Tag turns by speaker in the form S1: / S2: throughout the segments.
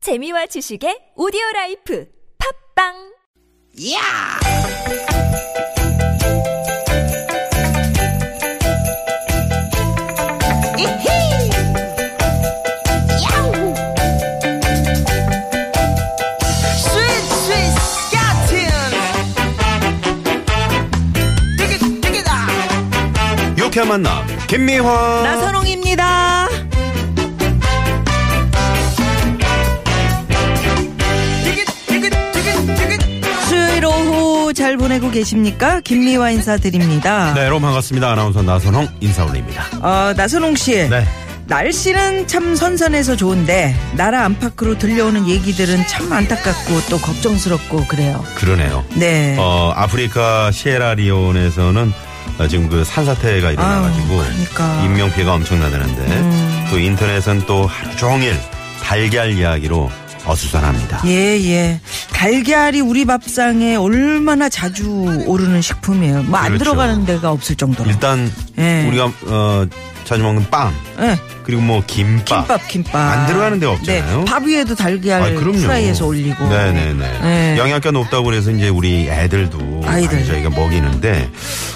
S1: 재미와 지식의 오디오 라이프 팝빵
S2: 야! 이히! 야우! 스윗 스윗 스틴! 티켓 티켓아!
S3: 유쾌한 만남 김미화
S2: 나선홍입니다. 티켓 티켓 티켓 티켓
S4: 수요일 오후 잘 보내고 계십니까? 김미화 인사드립니다.
S3: 네 여러분 반갑습니다 아나운서 나선홍 인사올입니다
S4: 어, 나선홍 씨.
S3: 네
S4: 날씨는 참 선선해서 좋은데 나라 안팎으로 들려오는 얘기들은 참 안타깝고 또 걱정스럽고 그래요.
S3: 그러네요
S4: 네.
S3: 어 아프리카 시에라리온에서는 어, 지금 그 산사태가 일어나가지고
S4: 아유, 그러니까. 음.
S3: 인명피해가 엄청나다는데 또 인터넷은 또 하루 종일 달걀 이야기로 어수선합니다
S4: 예, 예. 달걀이 우리 밥상에 얼마나 자주 오르는 식품이에요. 뭐 안
S3: 그렇죠.
S4: 들어가는 데가 없을 정도로.
S3: 일단
S4: 예.
S3: 우리가 어 자주 먹는 빵
S4: 예.
S3: 그리고 뭐 김밥,
S4: 김밥, 김밥.
S3: 안 들어가는 데가 없잖아요
S4: 네. 밥 위에도 달걀
S3: 아, 그럼요.
S4: 프라이에서 올리고.
S3: 네네네.
S4: 예.
S3: 영양가 높다고 그래서 이제 우리 애들도
S4: 아이들.
S3: 많이 저희가 먹이는데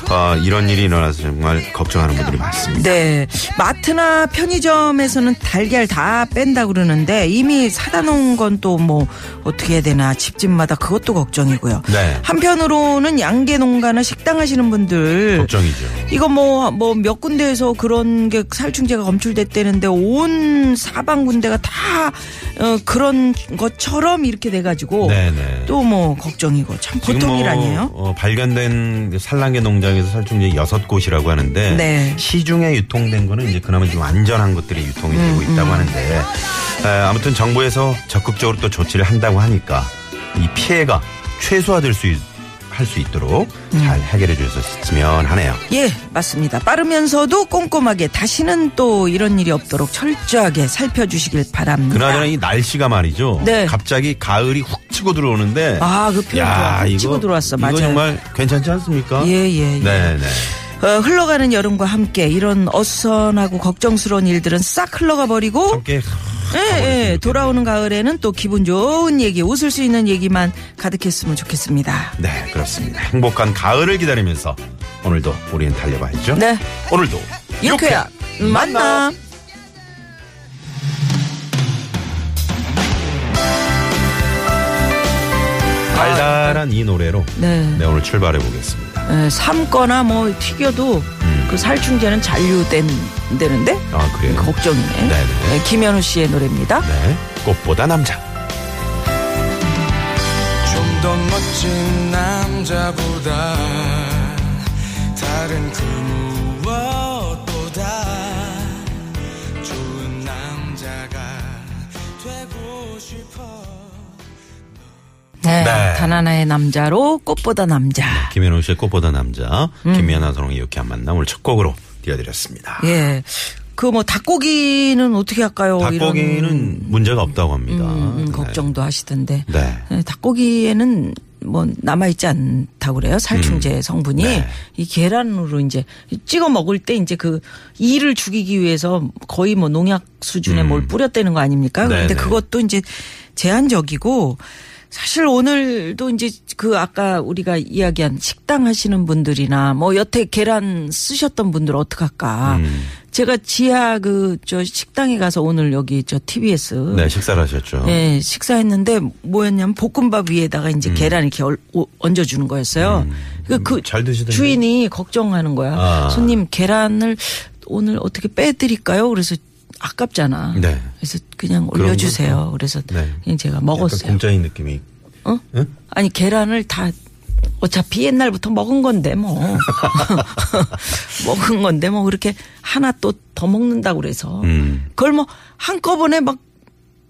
S3: 아, 이런 일이 일어나서 정말 걱정하는 분들이 많습니다.
S4: 네. 마트나 편의점에서는 달걀 다 뺀다 그러는데 이미 사다 놓은 건 또 뭐 어떻게 해야 되나 집집마다 그것도 걱정이고요.
S3: 네.
S4: 한편으로는 양계 농가나 식당 하시는 분들
S3: 걱정이죠.
S4: 이거 뭐 뭐 몇 군데에서 그런 게 살충제가 검출됐다는데 온 사방 군데가 다 어, 그런 것처럼 이렇게 돼 가지고
S3: 네네.
S4: 또 뭐 걱정이고 참
S3: 지금
S4: 보통 일
S3: 뭐,
S4: 아니에요?
S3: 어, 발견된 산란계 농장에서 살충제 여섯 곳이라고 하는데
S4: 네.
S3: 시중에 유통된 거는 이제 그나마 좀 안전한 것들이 유통이
S4: 음,
S3: 되고 있다고 하는데 에, 아무튼 정부에서 적극적으로 또 조치를 한다고 하니까 이 피해가 최소화될 수 할 수 있도록
S4: 음.
S3: 잘 해결해 주셨으면 하네요.
S4: 예, 맞습니다. 빠르면서도 꼼꼼하게 다시는 또 이런 일이 없도록 철저하게 살펴주시길 바랍니다.
S3: 그나저나 이 날씨가 말이죠.
S4: 네.
S3: 갑자기 가을이 훅 치고 들어오는데.
S4: 아, 그 표현 좋아. 훅 치고 들어왔어.
S3: 이거
S4: 맞아요.
S3: 정말 괜찮지 않습니까?
S4: 예, 예, 예.
S3: 네네.
S4: 어, 흘러가는 여름과 함께 이런 어선하고 걱정스러운 일들은 싹 흘러가 버리고
S3: 함께
S4: 예, 예, 돌아오는 가을에는 또 기분 좋은 얘기, 웃을 수 있는 얘기만 가득했으면 좋겠습니다.
S3: 네 그렇습니다. 행복한 가을을 기다리면서 오늘도 우리는 달려봐야죠.
S4: 네.
S3: 오늘도
S4: 유쾌한 만남.
S3: 달달한 이 노래로
S4: 네.
S3: 네 오늘 출발해 보겠습니다.
S4: 예, 삶거나 뭐 튀겨도 그 살충제는 잔류된 되는데
S3: 아 그래요.
S4: 걱정이네.
S3: 네네.
S4: 예, 김현우 씨의 노래입니다.
S3: 네 꽃보다 남자.
S5: 좀 더 멋진 남자보다 다른 그 무엇보다 좋은 남자가 되고 싶어
S4: 네.
S3: 네.
S4: 단 하나의 남자로 꽃보다 남자.
S3: 김현우 씨의 꽃보다 남자. 김미아나 선홍의 유쾌한 만남 오늘 첫 곡으로 띄워드렸습니다.
S4: 음. 예. 그 뭐 닭고기는 어떻게 할까요?
S3: 닭고기는
S4: 뭐 이런,
S3: 문제가 없다고 합니다.
S4: 음,
S3: 네.
S4: 걱정도 하시던데.
S3: 네.
S4: 예, 닭고기에는 뭐 남아있지 않다고 그래요. 살충제 성분이.
S3: 네.
S4: 이 계란으로 이제 찍어 먹을 때 이제 그 이를 죽이기 위해서 거의 뭐 농약 수준에 뭘 뿌렸다는 거 아닙니까?
S3: 음. 네,
S4: 그런데
S3: 네.
S4: 그것도 이제 제한적이고 사실 오늘도 이제 그 아까 우리가 이야기한 식당 하시는 분들이나 뭐 여태 계란 쓰셨던 분들 어떡할까.
S3: 음.
S4: 제가 지하 그 저 식당에 가서 오늘 여기 저 TBS
S3: 네, 식사를 하셨죠.
S4: 예, 식사했는데 뭐였냐면 볶음밥 위에다가 이제 계란 이렇게 얼- 오- 얹어주는 거였어요. 그, 그
S3: 음. 잘 드시던데.
S4: 주인이 걱정하는 거야.
S3: 아.
S4: 손님 계란을 오늘 어떻게 빼드릴까요? 그래서 아깝잖아.
S3: 네.
S4: 그래서 그냥
S3: 그런
S4: 올려주세요. 그래서
S3: 네.
S4: 그냥 제가
S3: 약간
S4: 먹었어요.
S3: 공짜인 느낌이.
S4: 어? 아니 계란을 다 어차피 옛날부터 먹은 건데 뭐 먹은 건데 뭐 그렇게 하나 또 더 먹는다고 그래서
S3: 음.
S4: 그걸 뭐 한꺼번에 막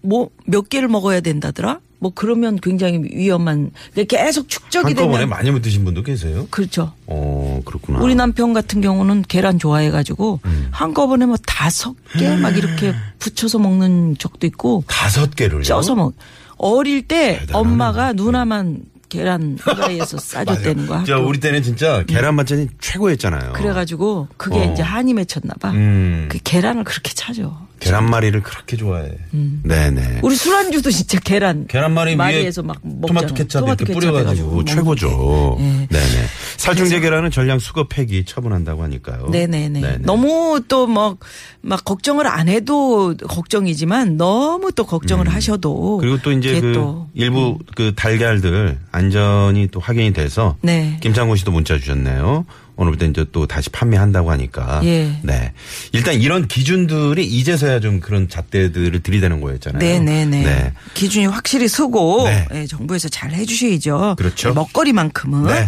S4: 뭐 몇 개를 먹어야 된다더라 뭐 그러면 굉장히 위험한 그러니까 계속 축적이
S3: 한꺼번에
S4: 되면
S3: 많이 못 드신 분도 계세요?
S4: 그렇죠
S3: 어, 그렇구나.
S4: 우리 남편 같은 경우는 계란 좋아해가지고
S3: 음.
S4: 한꺼번에 뭐 다섯 개 막 이렇게 붙여서 먹는 적도 있고
S3: 다섯 개를요?
S4: 쪄서 먹. 어릴 때
S3: 대단하네.
S4: 엄마가 누나만 계란 후라이에서 싸줬다는 거야.
S3: 저 우리 때는 진짜 계란 반찬이 최고였잖아요.
S4: 아, 음. 그래가지고 그게
S3: 어.
S4: 이제 한이 맺혔나 봐.
S3: 음.
S4: 그 계란을 그렇게 찾아.
S3: 계란말이를 그렇게 좋아해. 네네.
S4: 음. 우리 술안주도 진짜 계란.
S3: 계란말이 위에
S4: 마리에서 막 먹잖아.
S3: 토마토 케첩
S4: 토마토
S3: 이렇게
S4: 케첩
S3: 뿌려가지고
S4: 해가지고
S3: 최고죠.
S4: 예.
S3: 네네. 살충제 계란은 전량 수거 폐기 처분한다고 하니까요.
S4: 네네네. 너무 또 막 막 걱정을 안 해도 걱정이지만 너무 또 걱정을 하셔도
S3: 음. 그리고 또 이제
S4: 그게
S3: 그
S4: 또. 음.
S3: 일부 그 달걀들 안전이 또 확인이 돼서
S4: 네.
S3: 김창곤 씨도 문자 주셨네요. 오늘부터 이제 또 다시 판매한다고 하니까.
S4: 예.
S3: 네. 일단 이런 기준들이 이제서야 좀 그런 잣대들을 들이대는 거였잖아요.
S4: 네네네.
S3: 네.
S4: 기준이 확실히 서고
S3: 네.
S4: 예, 정부에서 잘 해주셔야죠. 예,
S3: 그렇죠.
S4: 먹거리만큼은.
S3: 네.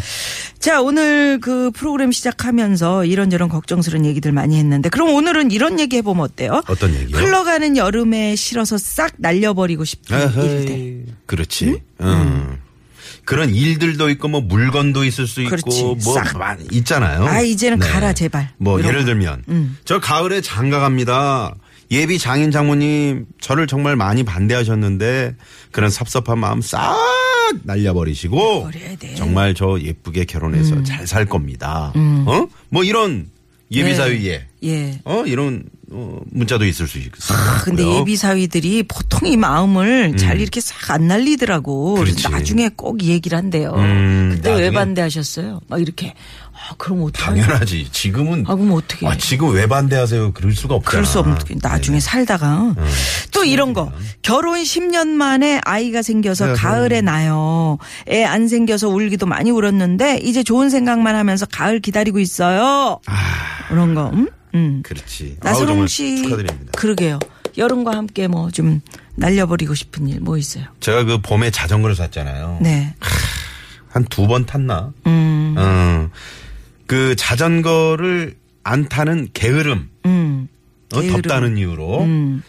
S4: 자 오늘 그 프로그램 시작하면서 이런저런 걱정스러운 얘기들 많이 했는데 그럼 오늘은 이런 얘기 해보면 어때요?
S3: 어떤 얘기요?
S4: 흘러가는 여름에 실어서 싹 날려버리고 싶은 일들.
S3: 아하이. 그렇지. 음? 그런 일들도 있고 뭐 물건도 있을 수 있고
S4: 그렇지.
S3: 뭐
S4: 싹.
S3: 많- 있잖아요.
S4: 아, 이제는 가라, 제발.
S3: 뭐
S4: 이런
S3: 예를
S4: 거.
S3: 들면 저 가을에 장가 갑니다. 예비 장인 장모님 저를 정말 많이 반대하셨는데 그런 섭섭한 마음 싹 날려버리시고
S4: 버려야 돼.
S3: 정말 저 예쁘게 결혼해서 잘 살 겁니다. 어? 뭐 이런 예비
S4: 네.
S3: 사위에
S4: 예.
S3: 어 이런 어, 문자도 있을 수 있어요.
S4: 아, 근데 예비 사위들이 보통 이 마음을 잘 이렇게 싹 안 날리더라고. 그래서
S3: 그렇지.
S4: 나중에 꼭 이 얘기를 한대요.
S3: 음,
S4: 그때 왜
S3: 나중에?
S4: 반대하셨어요? 막 이렇게. 아, 그럼 어떡하냐.
S3: 당연하지. 지금은
S4: 아, 그럼 어떻게.
S3: 아, 지금 왜 반대하세요? 그럴 수가 없잖아. 예. 음.
S4: 그럴 수 없게 나중에 살다가 또 이런 거 결혼 10년 만에 아이가 생겨서
S3: 그래서.
S4: 가을에 나요. 애 안 생겨서 울기도 많이 울었는데 이제 좋은 생각만 하면서 가을 기다리고 있어요. 그런 거. 음?
S3: 네,
S4: 음.
S3: 그렇지. 아. 아우,
S4: 나선홍
S3: 정말
S4: 씨
S3: 축하드립니다.
S4: 그러게요. 여름과 함께 뭐 좀 날려버리고 싶은 일 뭐 있어요?
S3: 제가 그 봄에 자전거를 샀잖아요.
S4: 네. 음.
S3: 한 두 번 탔나? 어. 그 자전거를 안 타는 게으름.
S4: 음.
S3: 어,
S4: 게으름. 음.
S3: 덥다는 이유로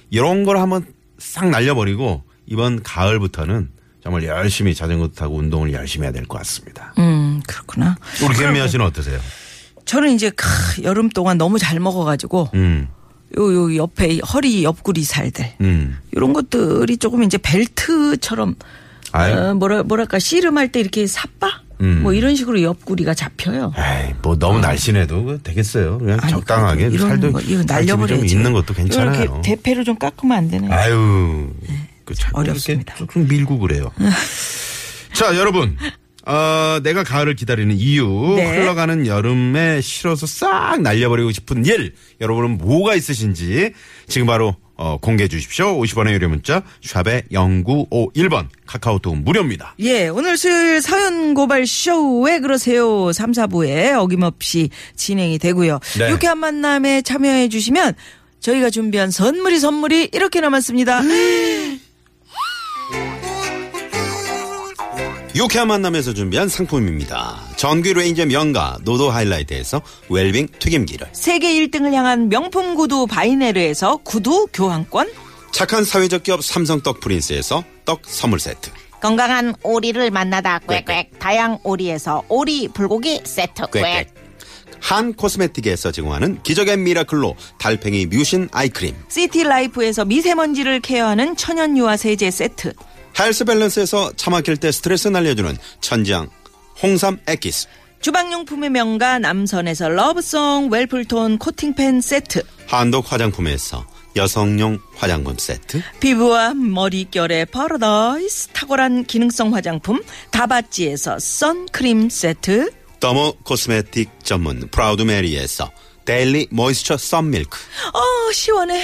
S3: 이런 걸 한번 싹 날려버리고 이번 가을부터는 정말 열심히 자전거 타고 운동을 열심히 해야 될 것 같습니다.
S4: 음, 그렇구나.
S3: 우리 김미아 씨는 어떠세요?
S4: 저는 이제 크, 여름 동안 너무 잘 먹어 가지고
S3: 음,
S4: 요 요 옆에 이 허리 옆구리 살들
S3: 음.
S4: 이런 것들이 조금 이제 벨트처럼
S3: 아유.
S4: 어, 뭐라 뭐랄까 씨름할 때 이렇게 삽바
S3: 음.
S4: 뭐 이런 식으로 옆구리가 잡혀요.
S3: 에이, 뭐 너무 날씬해도 그 되겠어요. 그냥
S4: 아니,
S3: 적당하게
S4: 그래도 이런
S3: 살도
S4: 거, 이거
S3: 살집이 좀
S4: 날려버려야지.
S3: 있는 것도
S4: 이거
S3: 괜찮아요.
S4: 이렇게 대패로 좀 깎으면 안 되나요?
S3: 아유, 그 자꾸
S4: 어렵습니다.
S3: 이렇게 쭉 밀고 그래요. 자, 여러분. 어, 내가 가을을 기다리는 이유,
S4: 네.
S3: 흘러가는 여름에 실어서 싹 날려버리고 싶은 일, 여러분은 뭐가 있으신지 지금 바로 어, 공개해 주십시오. 50원의 유료 문자, 샵의 0951번, 카카오톡 무료입니다.
S4: 예, 오늘 수요일 사연 고발 쇼, 왜 그러세요? 3, 4부에 어김없이 진행이 되고요.
S3: 네.
S4: 유쾌한 만남에 참여해 주시면 저희가 준비한 선물이 선물이 이렇게 남았습니다.
S3: 음. 유쾌한 만남에서 준비한 상품입니다. 전기 레인저 명가, 노도 하이라이트에서 웰빙 튀김기를.
S4: 세계 1등을 향한 명품 구두 바이네르에서 구두 교환권,
S3: 착한 사회적 기업 삼성 떡 프린스에서 떡 선물 세트.
S6: 건강한 오리를 만나다 꽥꽥 다양 오리에서 오리 불고기 세트 꽥꽥
S3: 꽥꽥. 한 코스메틱에서 제공하는 기적의 미라클로 달팽이 뮤신 아이크림.
S4: 시티 라이프에서 미세먼지를 케어하는 천연 유화 세제 세트,
S3: 헬스 밸런스에서 차 막힐 때 스트레스 날려주는 천지향 홍삼 액기스.
S4: 주방용품의 명가 남선에서 러브송 웰플톤 코팅팬 세트,
S3: 한독 화장품에서 여성용 화장품 세트.
S4: 피부와 머릿결의 파라다이스 탁월한 기능성 화장품 다바찌에서 선크림 세트
S3: 더모 코스메틱 전문 프라우드 메리에서 데일리 모이스처 썬밀크.
S4: 어 시원해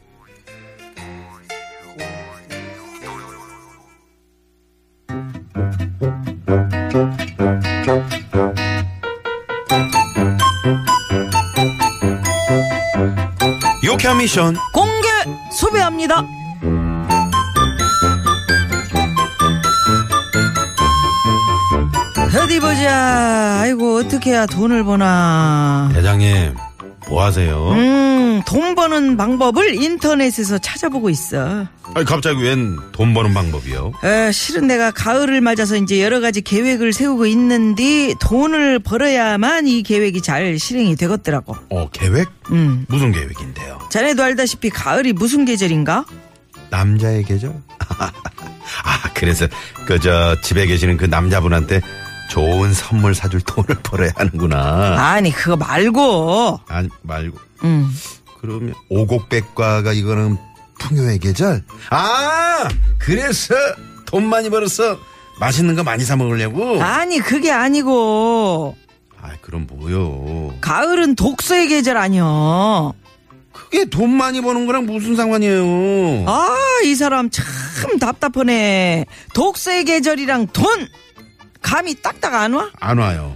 S3: 요캠 미션
S4: 공개 수배합니다 어디 보자 아이고 어떻게 해야 돈을 버나
S3: 대장님 뭐 하세요?
S4: 음, 돈 버는 방법을 인터넷에서 찾아보고 있어.
S3: 아니, 갑자기 웬 돈 버는 방법이요?
S4: 에, 실은 내가 가을을 맞아서 이제 여러 가지 계획을 세우고 있는데 돈을 벌어야만 이 계획이 잘 실행이 되겠더라고.
S3: 어, 계획?
S4: 음.
S3: 무슨 계획인데요?
S4: 자네도 알다시피 가을이 무슨 계절인가?
S3: 남자의 계절? 아, 그래서 그 저 집에 계시는 그 남자분한테 좋은 선물 사줄 돈을 벌어야 하는구나.
S4: 아니 그거 말고.
S3: 아니 말고
S4: 음.
S3: 그러면 오곡백과가 이거는 풍요의 계절? 아, 그래서 돈 많이 벌어서 맛있는 거 많이 사 먹으려고? 아,
S4: 아니 그게 아니고
S3: 그럼 뭐요?
S4: 가을은 독서의 계절 아니여.
S3: 그게 돈 많이 버는 거랑 무슨 상관이에요?
S4: 아 이 사람 참 답답하네. 독서의 계절이랑 돈 감이 딱딱 안 와?
S3: 안 와요.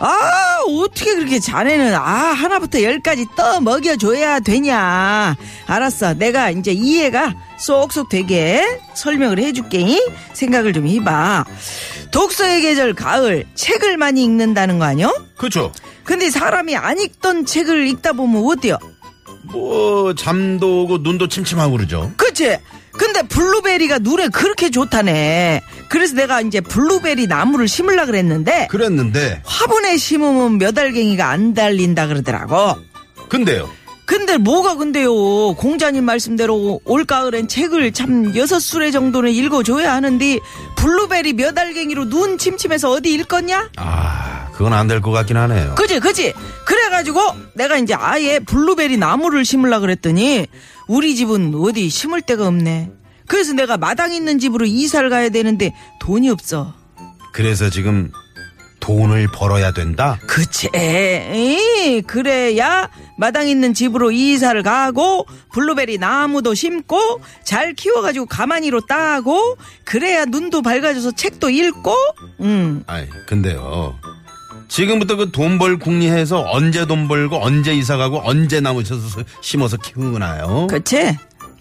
S4: 아 어떻게 그렇게 자네는 아 하나부터 열까지 떠 먹여줘야 되냐 알았어 내가 이제 이해가 쏙쏙 되게 설명을 해줄게 생각을 좀 해봐 독서의 계절 가을 책을 많이 읽는다는 거 아니요
S3: 그렇죠.
S4: 근데 사람이 안 읽던 책을 읽다 보면 어때요
S3: 뭐 잠도 오고 눈도 침침하고 그러죠.
S4: 그치 근데 블루베리가 눈에 그렇게 좋다네 그래서 내가 이제 블루베리 나무를 심으려 그랬는데
S3: 그랬는데
S4: 화분에 심으면 몇 알갱이가 안 달린다 그러더라고
S3: 근데요.
S4: 근데 뭐가 근데요 공자님 말씀대로 올가을엔 책을 참 여섯 수레 정도는 읽어줘야 하는데 블루베리 몇 알갱이로 눈 침침해서 어디 읽겠냐?
S3: 아 그건 안 될 것 같긴 하네요.
S4: 그지 그지 그래가지고 내가 이제 아예 블루베리 나무를 심으려 그랬더니 우리 집은 어디 심을 데가 없네 그래서 내가 마당 있는 집으로 이사를 가야 되는데 돈이 없어
S3: 그래서 지금 돈을 벌어야 된다.
S4: 그치 에이, 그래야 마당 있는 집으로 이사를 가고 블루베리 나무도 심고 잘 키워가지고 가만히로 따고 그래야 눈도 밝아져서 책도 읽고 음
S3: 아이 근데요. 지금부터 그 돈 벌 궁리해서 언제 돈 벌고 언제 이사 가고 언제 나무 쳐서 심어서 키우나요?
S4: 그치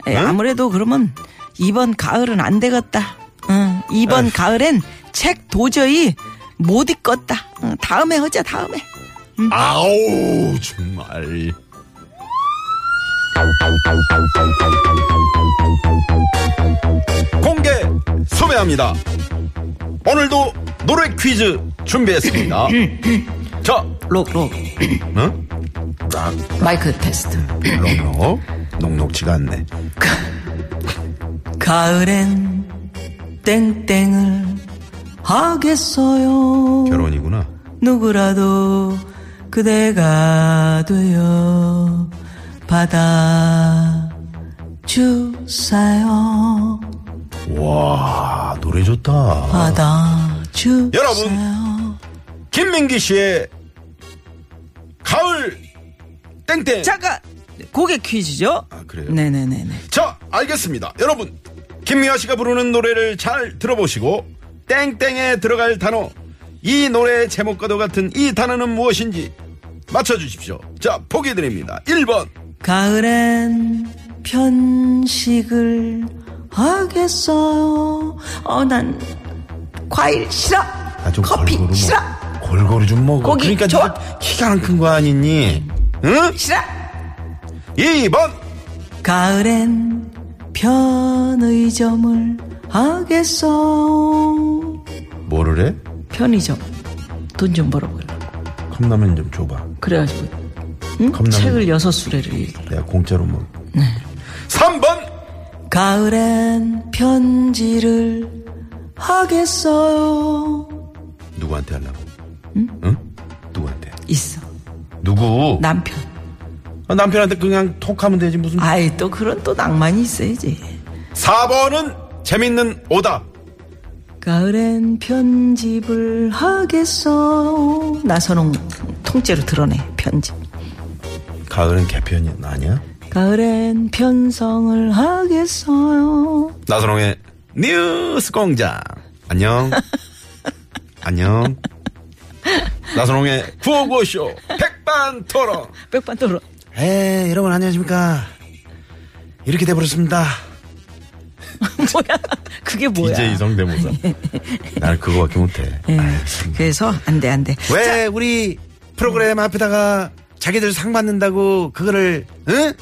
S4: 에이,
S3: 응?
S4: 아무래도 그러면 이번 가을은 안 되겠다 응, 이번
S3: 에휴.
S4: 가을엔 책 도저히 못 읽겠다 응, 다음에 하자 다음에
S3: 아우 정말. 공개 소개합니다. 오늘도 노래 퀴즈 준비했습니다. 자, 어?
S4: 록록
S3: 응?
S4: 마이크 테스트
S3: 녹록 녹록지가 않네.
S4: 가을엔 땡땡을 하겠어요.
S3: 결혼이구나.
S4: 누구라도 그대가 되어 받아 주세요.
S3: 와 노래 좋다.
S4: 받아 주세요.
S3: 여러분. 김민기 씨의 가을 땡땡.
S4: 잠깐 고개 퀴즈죠?
S3: 아, 그래요?
S4: 네네네네.
S3: 자, 알겠습니다. 여러분, 김미화 씨가 부르는 노래를 잘 들어보시고 땡땡에 들어갈 단어 이 노래의 제목과도 같은 이 단어는 무엇인지 맞춰주십시오. 자, 보기 드립니다. 1번
S4: 가을엔 편식을 하겠어요. 어, 난 과일 싫어.
S3: 아,
S4: 커피 싫어.
S3: 뭐. 골고루 좀 먹어.
S4: 고기
S3: 그러니까
S4: 좋아.
S3: 네가 키가 안 큰 거 아니니? 응?
S4: 싫어.
S3: 2번
S4: 가을엔 편의점을 하겠어.
S3: 뭐를 해?
S4: 편의점 돈 좀 벌어보려고.
S3: 컵라면 좀 줘봐.
S4: 그래가지고 응?
S3: 겁나면-
S4: 책을 여섯 수레를 읽.
S3: 내가 공짜로 먹. 네. 3번
S4: 가을엔 편지를 하겠어요.
S3: 누구한테 하려고? 응? 응? 누구한테?
S4: 있어
S3: 누구?
S4: 남편.
S3: 아, 남편한테 그냥 톡하면 되지 무슨
S4: 아이 또 그런 또 낭만이 있어야지.
S3: 4번은 재밌는 오답.
S4: 가을엔 편집을 하겠어. 나선홍 통째로 드러내 편집.
S3: 가을은 개편이 아니야?
S4: 가을엔 편성을 하겠어요.
S3: 나선홍의 뉴스 공장. 안녕. 안녕. 나선홍의 구호고쇼 백반 토론.
S4: 백반 토론.
S3: 에 여러분 안녕하십니까. 이렇게 돼버렸습니다.
S4: 뭐야? 그게 뭐야?
S3: 이제 이성대모사. 나는 그거밖에 못해.
S4: 예.
S3: 아유, 참.
S4: 그래서 안 돼, 안 돼.
S3: 왜 우리 프로그램 앞에다가
S7: 자기들 상 받는다고 그거를 응?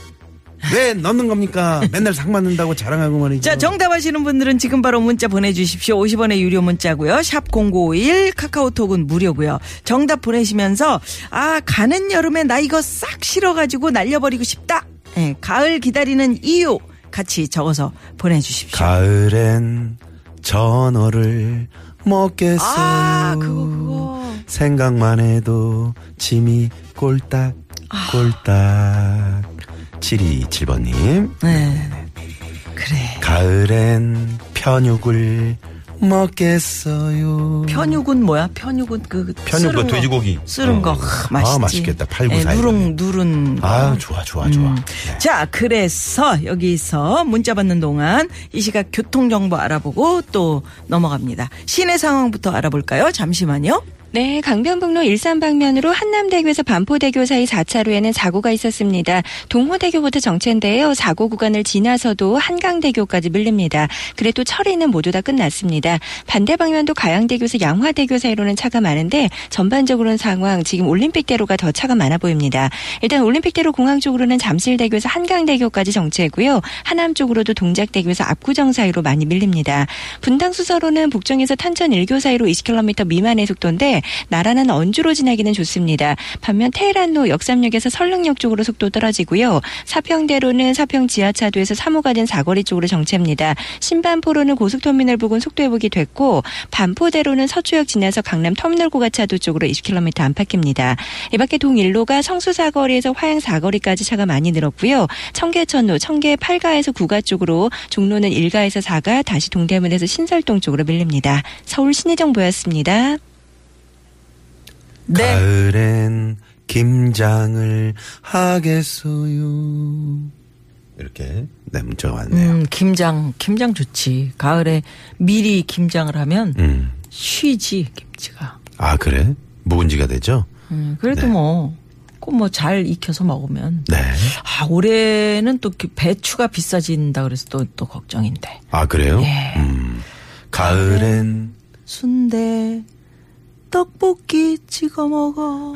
S7: 왜 넣는 겁니까? 맨날 상 받는다고 자랑하고 말이죠.
S4: 자, 정답하시는 분들은 지금 바로 문자 보내주십시오. 50원의 유료 문자고요. 샵 0951, 카카오톡은 무료고요. 정답 보내시면서 아 가는 여름에 나 이거 싹 실어가지고 날려버리고 싶다. 예, 가을 기다리는 이유 같이 적어서 보내주십시오.
S7: 가을엔 전어를 먹겠어.
S4: 아, 그거, 그거.
S7: 생각만 해도 짐이 꼴딱
S4: 아.
S7: 꼴딱. 7227번님.
S4: 네. 그래.
S7: 가을엔 편육을 먹겠어요.
S4: 편육은 뭐야? 편육은 그
S3: 편육과
S4: 쓰는 거.
S3: 돼지고기.
S4: 쓰는 거
S3: 어.
S4: 하,
S3: 아,
S4: 맛있지.
S3: 맛있겠다. 팔고
S4: 예,
S3: 사야
S4: 누룽 누른. 거.
S3: 아, 좋아, 좋아, 좋아.
S4: 음.
S3: 네.
S4: 자, 그래서 여기서 문자 받는 동안 이 시각 교통 정보 알아보고 또 넘어갑니다. 시내 상황부터 알아볼까요? 잠시만요.
S8: 네, 강변북로 일산 방면으로 한남대교에서 반포대교 사이 4차로에는 사고가 있었습니다. 동호대교부터 정체인데요. 사고 구간을 지나서도 한강대교까지 밀립니다. 그래도 처리는 모두 다 끝났습니다. 반대 방면도 가양대교에서 양화대교 사이로는 차가 많은데 전반적으로는 상황 지금 올림픽대로가 더 차가 많아 보입니다. 일단 올림픽대로 공항 쪽으로는 잠실대교에서 한강대교까지 정체고요. 하남 쪽으로도 동작대교에서 압구정 사이로 많이 밀립니다. 분당수서로는 북정에서 탄천 1교 사이로 20km 미만의 속도인데 나라는 언주로 지나기는 좋습니다. 반면 테헤란로 역삼역에서 설릉역 쪽으로 속도 떨어지고요. 사평대로는 사평 지하차도에서 3호가든 사거리 쪽으로 정체입니다. 신반포로는 고속터미널 부근 속도 회복이 됐고 반포대로는 서초역 지나서 강남 터미널 고가차도 쪽으로 20km 안팎입니다. 이 밖에 동일로가 성수사거리에서 화양사거리까지 차가 많이 늘었고요. 청계천로 청계 8가에서 9가 쪽으로 종로는 1가에서 4가 다시 동대문에서 신설동 쪽으로 밀립니다. 서울 시내정보였습니다.
S4: 네.
S7: 가을엔 김장을 하겠어요.
S3: 이렇게.
S7: 네, 문자가 왔네요.
S4: 음, 김장, 김장 좋지. 가을에 미리 김장을 하면
S3: 음.
S4: 쉬지, 김치가.
S3: 아, 그래? 묵은지가 되죠?
S4: 음, 그래도 뭐, 꼭 뭐 잘 익혀서 먹으면.
S3: 네.
S4: 아, 올해는 또 그 배추가 비싸진다 그래서 또, 또 걱정인데.
S3: 아, 그래요?
S4: 예.
S3: 음. 가을엔
S4: 순대, 떡볶이 찍어 먹어.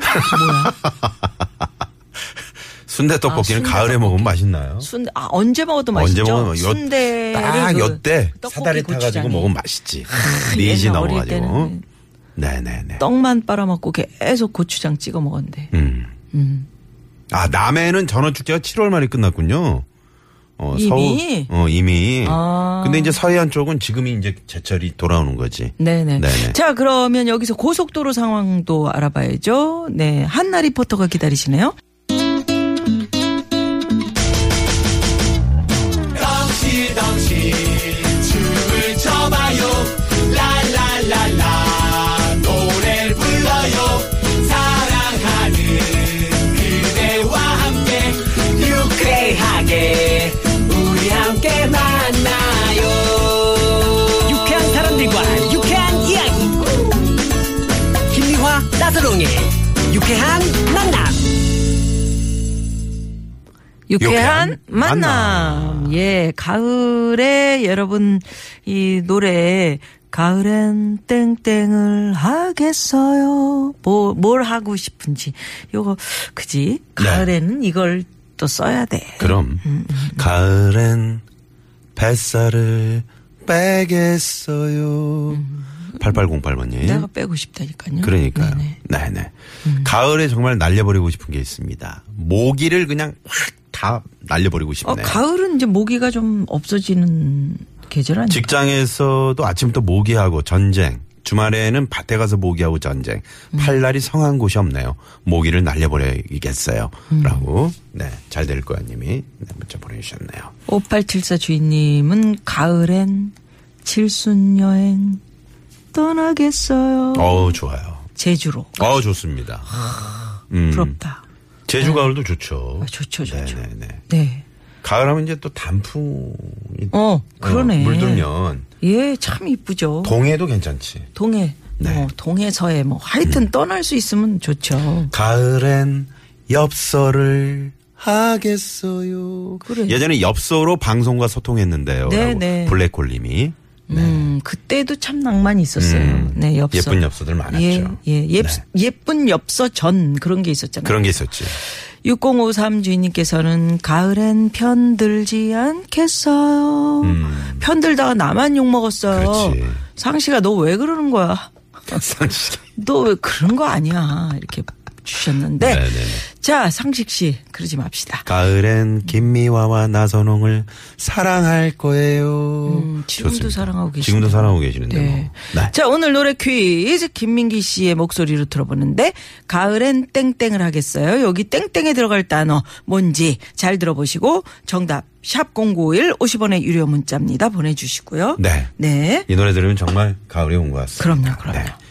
S4: 뭐야?
S3: 순대 떡볶이는
S4: 아, 순대
S3: 가을에 먹으면 맛있나요?
S4: 순대, 아, 언제 먹어도
S3: 언제
S4: 맛있죠?
S3: 먹으면 요-
S4: 순대.
S3: 딱 요때
S4: 떡볶이
S3: 사다리 타가지고
S4: 고추장이.
S3: 먹으면 맛있지. 아, 리지
S4: 옛날 어릴
S3: 넘어가지고.
S4: 때는
S3: 네네네.
S4: 떡만 빨아먹고 계속 고추장 찍어 먹었는데.
S3: 음. 아, 남해는 전원축제가 7월 말에 끝났군요. 어, 서울,
S4: 이미?
S3: 어, 이미.
S4: 아.
S3: 근데 이제 서해안 쪽은 지금이 이제 제철이 돌아오는 거지.
S4: 네네.
S3: 네네.
S4: 자, 그러면 여기서 고속도로 상황도 알아봐야죠. 네. 한나 리포터가 기다리시네요.
S2: 유쾌한 사람들과 유쾌한 이야기 김미화 나서롱의 유쾌한 만남
S4: 유쾌한
S3: 유쾌한
S4: 만남.
S3: 만남.
S4: 예, 가을에 여러분 이 노래 가을엔 땡땡을 하겠어요. 뭐 뭘 하고 싶은지 요거 그지? 가을에는 이걸 또 써야 돼.
S3: 그럼.
S4: 음,
S7: 가을엔 뱃살을 빼겠어요.
S3: 8808번님.
S4: 음. 내가 빼고 싶다니까요.
S3: 그러니까요.
S4: 음, 네네. 음.
S3: 네네. 가을에 정말 날려버리고 싶은 게 있습니다. 모기를 그냥 확 다 날려버리고
S4: 어,
S3: 싶네요.
S4: 가을은 이제 모기가 좀 없어지는 계절 아니에요?
S3: 직장에서도 아침부터 모기하고 전쟁. 주말에는 밭에 가서 모기하고 전쟁.
S4: 음.
S3: 팔날이 성한 곳이 없네요. 모기를 날려버리겠어요.
S4: 음.
S3: 라고. 네. 잘 될 거야 님이 네, 문자 보내주셨네요.
S4: 5874 주인님은 가을엔 칠순 여행 떠나겠어요. 음.
S3: 어우, 좋아요.
S4: 제주로.
S3: 어우, 좋습니다. 음.
S4: 부럽다.
S3: 제주 가을도 좋죠.
S4: 네. 아, 좋죠, 좋죠.
S3: 네네네.
S4: 네.
S3: 가을 하면 이제 또 단풍이
S4: 어, 그러네.
S3: 물들면
S4: 예, 참 이쁘죠.
S3: 동해도 괜찮지.
S4: 동해.
S3: 네. 음.
S4: 뭐 동해 서해 뭐 하여튼 떠날 수 있으면 좋죠.
S7: 가을엔 엽서를 하겠어요.
S4: 그래.
S3: 예전에 엽서로 방송과 소통했는데요.
S4: 네,
S3: 라고
S4: 네.
S3: 블랙홀님이
S4: 음, 그때도 참 낭만이 있었어요.
S3: 음,
S4: 네, 엽서.
S3: 예쁜 엽서들 많았죠.
S4: 예, 예. 예
S3: 네.
S4: 예쁜 엽서 전 그런 게 있었잖아요.
S3: 그런 게 있었지.
S4: 6053 주인님께서는 가을엔 편들지 않겠어요. 편들다가 나만 욕 먹었어요.
S3: 음. 그렇지.
S4: 상씨가 너 왜 그러는 거야?
S3: 상식.
S4: 너 왜 그런 거 아니야? 이렇게 주셨는데.
S3: 네, 네, 네.
S4: 자, 상식 씨 그러지 맙시다.
S3: 가을엔 김미화와 나선홍을 사랑할 거예요.
S4: 음, 지금도 사랑하고 계시죠.
S3: 지금도 사랑하고 계시는데.
S4: 네.
S3: 뭐. 네.
S4: 자, 오늘 노래 퀴즈 김민기 씨의 목소리로 들어보는데 가을엔 땡땡을 하겠어요. 여기 땡땡에 들어갈 단어 뭔지 잘 들어보시고 정답 샵 0951 50원의 유료 문자입니다. 보내 주시고요.
S3: 네.
S4: 네.
S3: 이 노래 들으면 정말 가을이 온 것 같습니다.
S4: 그럼요, 그럼요.
S3: 네.